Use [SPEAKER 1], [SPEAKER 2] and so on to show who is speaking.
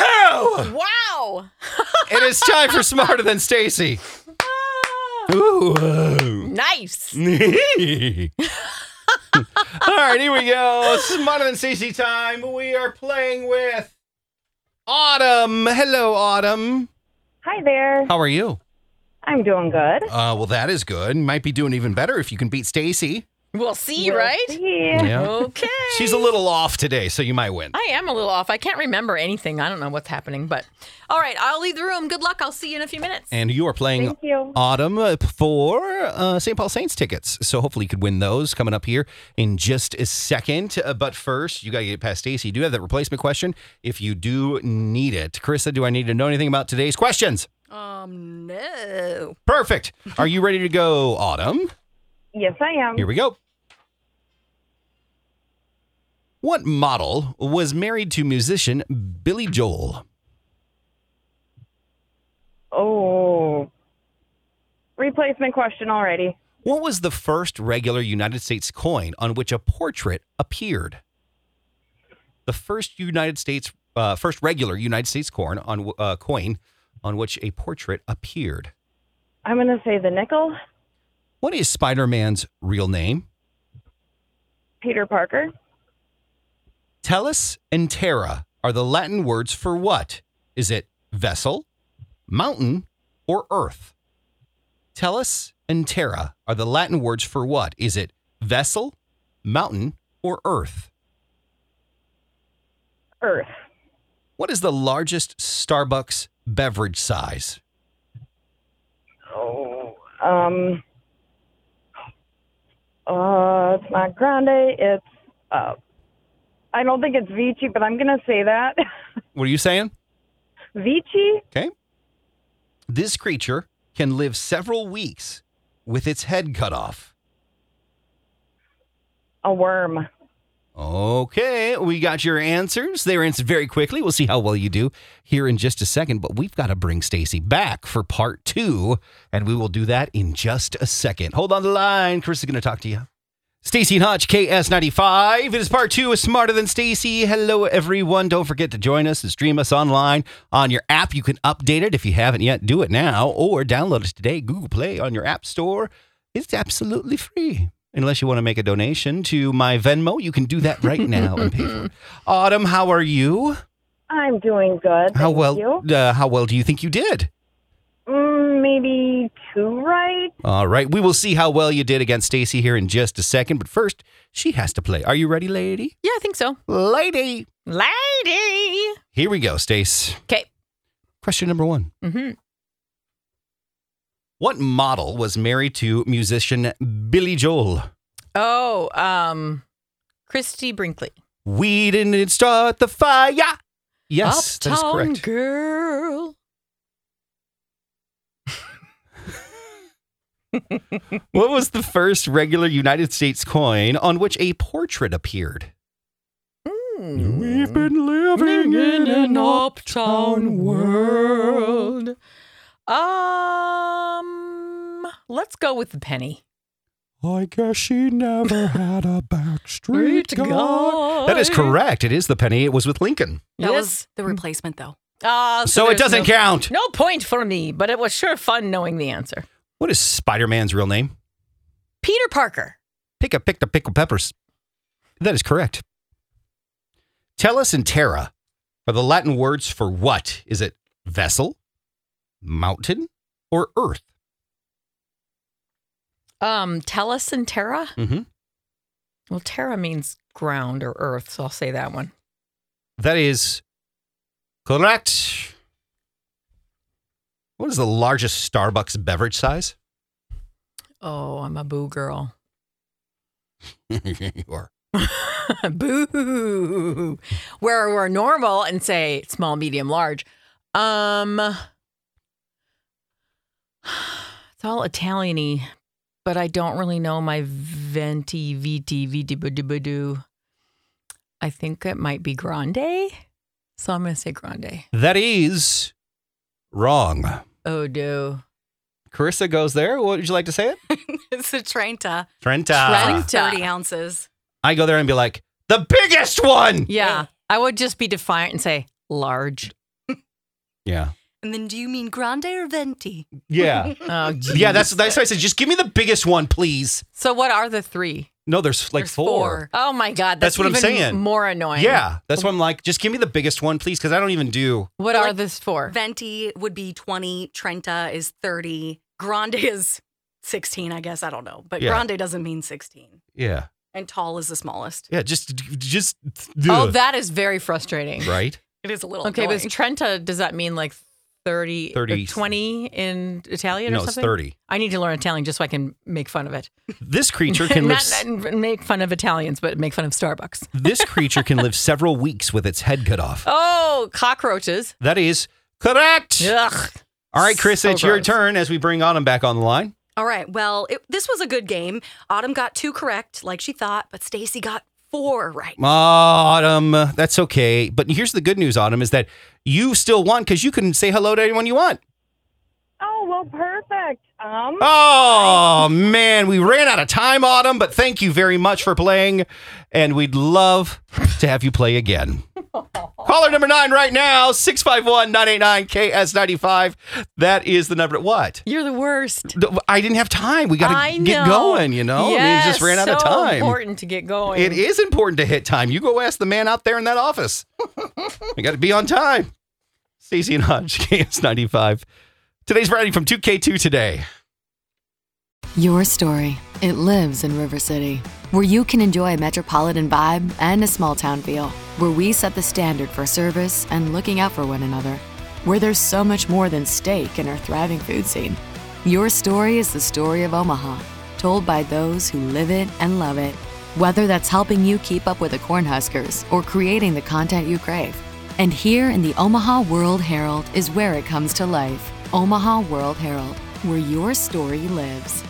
[SPEAKER 1] Wow.
[SPEAKER 2] Wow.
[SPEAKER 1] It is time for Smarter Than Stacy. Ooh.
[SPEAKER 2] Nice.
[SPEAKER 1] All right, here we go. Smarter Than Stacy time. We are playing with Autumn. Hello, Autumn.
[SPEAKER 3] Hi there.
[SPEAKER 1] How are you?
[SPEAKER 3] I'm doing good.
[SPEAKER 1] Uh, well, that is good. Might be doing even better if you can beat Stacy.
[SPEAKER 2] We'll see,
[SPEAKER 3] We'll
[SPEAKER 2] right?
[SPEAKER 3] see.
[SPEAKER 2] Okay.
[SPEAKER 1] She's a little off today, so you might win.
[SPEAKER 2] I am a little off. I can't remember anything. I don't know what's happening, but all right, I'll leave the room. Good luck. I'll see you in a few minutes.
[SPEAKER 1] And you are playing
[SPEAKER 3] Thank you.
[SPEAKER 1] Autumn uh, for uh, St. Paul Saints tickets. So hopefully you could win those coming up here in just a second. Uh, but first, you got to get past Stacy. You do have that replacement question if you do need it. Carissa, do I need to know anything about today's questions?
[SPEAKER 2] Um, no.
[SPEAKER 1] Perfect. Are you ready to go, Autumn?
[SPEAKER 3] Yes, I am.
[SPEAKER 1] Here we go. What model was married to musician Billy Joel?
[SPEAKER 3] Oh. Replacement question already.
[SPEAKER 1] What was the first regular United States coin on which a portrait appeared? The first United States, uh, first regular United States coin on uh, coin on which a portrait appeared.
[SPEAKER 3] I'm going to say the nickel,
[SPEAKER 1] What is Spider-Man's real name?
[SPEAKER 3] Peter Parker,
[SPEAKER 1] Tellus and Terra are the Latin words for what? Is it vessel, mountain, or earth? Tellus and Terra are the Latin words for what? Is it vessel, mountain, or earth?
[SPEAKER 3] Earth,
[SPEAKER 1] What is the largest Starbucks beverage size?
[SPEAKER 3] um, uh, it's not grande. It's, uh, I don't think it's Vici, but I'm going to say that.
[SPEAKER 1] What are you saying?
[SPEAKER 3] Vici?
[SPEAKER 1] Okay. This creature can live several weeks with its head cut off.
[SPEAKER 3] A worm.
[SPEAKER 1] Okay, we got your answers. They were answered very quickly. We'll see how well you do here in just a second, but we've got to bring Stacy back for part two, and we will do that in just a second. Hold on the line. Chris is going to talk to you. Stacy and Hutch, KS95. It is part two of Smarter Than Stacy. Hello, everyone. Don't forget to join us and stream us online on your app. You can update it if you haven't yet. Do it now or download us today. Google Play on your app store. It's absolutely free. Unless you want to make a donation to my Venmo, you can do that right now and pay for it. Autumn, how are you?
[SPEAKER 3] I'm doing good.
[SPEAKER 1] how
[SPEAKER 3] thank
[SPEAKER 1] well?
[SPEAKER 3] You.
[SPEAKER 1] Uh, how well do you think you did?
[SPEAKER 3] Mm, maybe two right?
[SPEAKER 1] All right, we will see how well you did against Stacy here in just a second. But first, she has to play. Are you ready, lady?
[SPEAKER 2] Yeah, I think so.
[SPEAKER 1] Lady.
[SPEAKER 2] Lady.
[SPEAKER 1] Here we go, Stace.
[SPEAKER 2] 'Kay.
[SPEAKER 1] Question number one.
[SPEAKER 2] Mm-hmm.
[SPEAKER 1] What model was married to musician Billy Joel?
[SPEAKER 2] Oh, um, Christy Brinkley.
[SPEAKER 1] We didn't start the fire. Yes, that is
[SPEAKER 2] Uptown
[SPEAKER 1] correct.
[SPEAKER 2] Girl.
[SPEAKER 1] What was the first regular United States coin on which a portrait appeared?
[SPEAKER 2] Mm.
[SPEAKER 1] been living
[SPEAKER 2] Um, let's go with the penny.
[SPEAKER 1] I guess she never had a backstreet That is
[SPEAKER 2] guy.
[SPEAKER 1] correct. It is the penny. It was with Lincoln.
[SPEAKER 4] That
[SPEAKER 2] Yes.
[SPEAKER 4] was the replacement, though.
[SPEAKER 2] Uh,
[SPEAKER 1] So, it
[SPEAKER 2] there's
[SPEAKER 1] doesn't
[SPEAKER 2] no,
[SPEAKER 1] count.
[SPEAKER 2] No point for me, but it was sure fun knowing the answer.
[SPEAKER 1] What is Spider Man's real name?
[SPEAKER 2] Peter Parker.
[SPEAKER 1] Pick a pick the pickle peppers. That is correct. Tellus and terra are the Latin words for what? Is it vessel, mountain, or earth?
[SPEAKER 2] Um, Tellus and Terra.
[SPEAKER 1] Mm-hmm.
[SPEAKER 2] Well, Terra means ground or earth, so I'll say that one.
[SPEAKER 1] That is correct. What is the largest Starbucks beverage size?
[SPEAKER 2] Oh, I'm a boo girl.
[SPEAKER 1] or
[SPEAKER 2] boo. Where we're normal and say small, medium, large. Um, it's all Italian-y, but I don't really know my venti, viti, viti, budu, budu. I think it might be grande, so I'm gonna say grande.
[SPEAKER 1] that is wrong.
[SPEAKER 2] Oh, do
[SPEAKER 1] Carissa goes there. What would you like to say it?
[SPEAKER 4] it's a Trenta.
[SPEAKER 1] Trenta.
[SPEAKER 2] Trent. Trenta.
[SPEAKER 4] 30 ounces.
[SPEAKER 1] I go there and be like, the biggest one.
[SPEAKER 2] yeah. I would just be defiant and say large.
[SPEAKER 1] Yeah.
[SPEAKER 4] And then do you mean grande or venti?
[SPEAKER 1] Yeah.
[SPEAKER 2] Oh, geez.
[SPEAKER 1] yeah, that's that's why I said just give me the biggest one, please.
[SPEAKER 2] so. What are the three?
[SPEAKER 1] No, there's like
[SPEAKER 4] There's
[SPEAKER 1] four.
[SPEAKER 2] Oh my God,
[SPEAKER 1] That's
[SPEAKER 2] that's,
[SPEAKER 1] what I'm
[SPEAKER 2] even
[SPEAKER 1] saying.
[SPEAKER 2] More annoying.
[SPEAKER 1] Yeah. That's why I'm like, just give me the biggest one, please, because I don't even do
[SPEAKER 2] What
[SPEAKER 4] Well,
[SPEAKER 2] are
[SPEAKER 4] like,
[SPEAKER 2] this for?
[SPEAKER 4] Venti would be 20, Trenta is 30, Grande is 16, I guess. I don't know. But
[SPEAKER 1] Yeah.
[SPEAKER 4] Grande doesn't mean 16.
[SPEAKER 1] Yeah.
[SPEAKER 4] And tall is the smallest.
[SPEAKER 1] Yeah. Just just
[SPEAKER 2] Oh,
[SPEAKER 1] ugh.
[SPEAKER 2] that is very frustrating.
[SPEAKER 1] right?
[SPEAKER 4] It is a little
[SPEAKER 2] Okay, but
[SPEAKER 4] annoying.
[SPEAKER 2] is Trenta, does that mean like 30,
[SPEAKER 1] 30.
[SPEAKER 2] or 20 in Italian or
[SPEAKER 1] No, it's
[SPEAKER 2] something?
[SPEAKER 1] thirty.
[SPEAKER 2] I need to learn Italian just so I can make fun of it.
[SPEAKER 1] This creature can live
[SPEAKER 2] not, not make fun of Italians, but make fun of Starbucks.
[SPEAKER 1] this creature can live several weeks with its head cut off.
[SPEAKER 2] Oh, cockroaches.
[SPEAKER 1] That is correct.
[SPEAKER 2] Ugh.
[SPEAKER 1] All right, Chris,
[SPEAKER 2] So
[SPEAKER 1] it's your
[SPEAKER 2] gross.
[SPEAKER 1] turn as we bring Autumn back on the line.
[SPEAKER 4] All right. Well, it, this was a good game. Autumn got two correct, like she thought, but Stacy got four right.
[SPEAKER 1] Autumn, uh, that's okay. But here's the good news, Autumn, is that you still won because you can say hello to anyone you want.
[SPEAKER 3] Oh well, perfect. Um,
[SPEAKER 1] Oh, man, we ran out of time, Autumn, but thank you very much for playing. And we'd love to have you play again. Caller number nine right now, 651 989 KS95. That is the number. What?
[SPEAKER 2] You're the worst.
[SPEAKER 1] Th- I didn't have time. We got
[SPEAKER 2] I
[SPEAKER 1] to
[SPEAKER 2] know.
[SPEAKER 1] get going, you know? I mean, we
[SPEAKER 2] Yes,
[SPEAKER 1] just ran out of
[SPEAKER 2] so
[SPEAKER 1] time.
[SPEAKER 2] important to get going.
[SPEAKER 1] It is important to hit time. You go ask the man out there in that office. I got to be on time. Stacey and Hodge, KS95. Today's variety from 2K2 today.
[SPEAKER 5] Your story. It lives in River City, where you can enjoy a metropolitan vibe and a small town feel, where we set the standard for service and looking out for one another, where there's so much more than steak in our thriving food scene. Your story is the story of Omaha, told by those who live it and love it. Whether that's helping you keep up with the Cornhuskers or creating the content you crave. And here in the Omaha World Herald is where it comes to life. Omaha World Herald, where your story lives.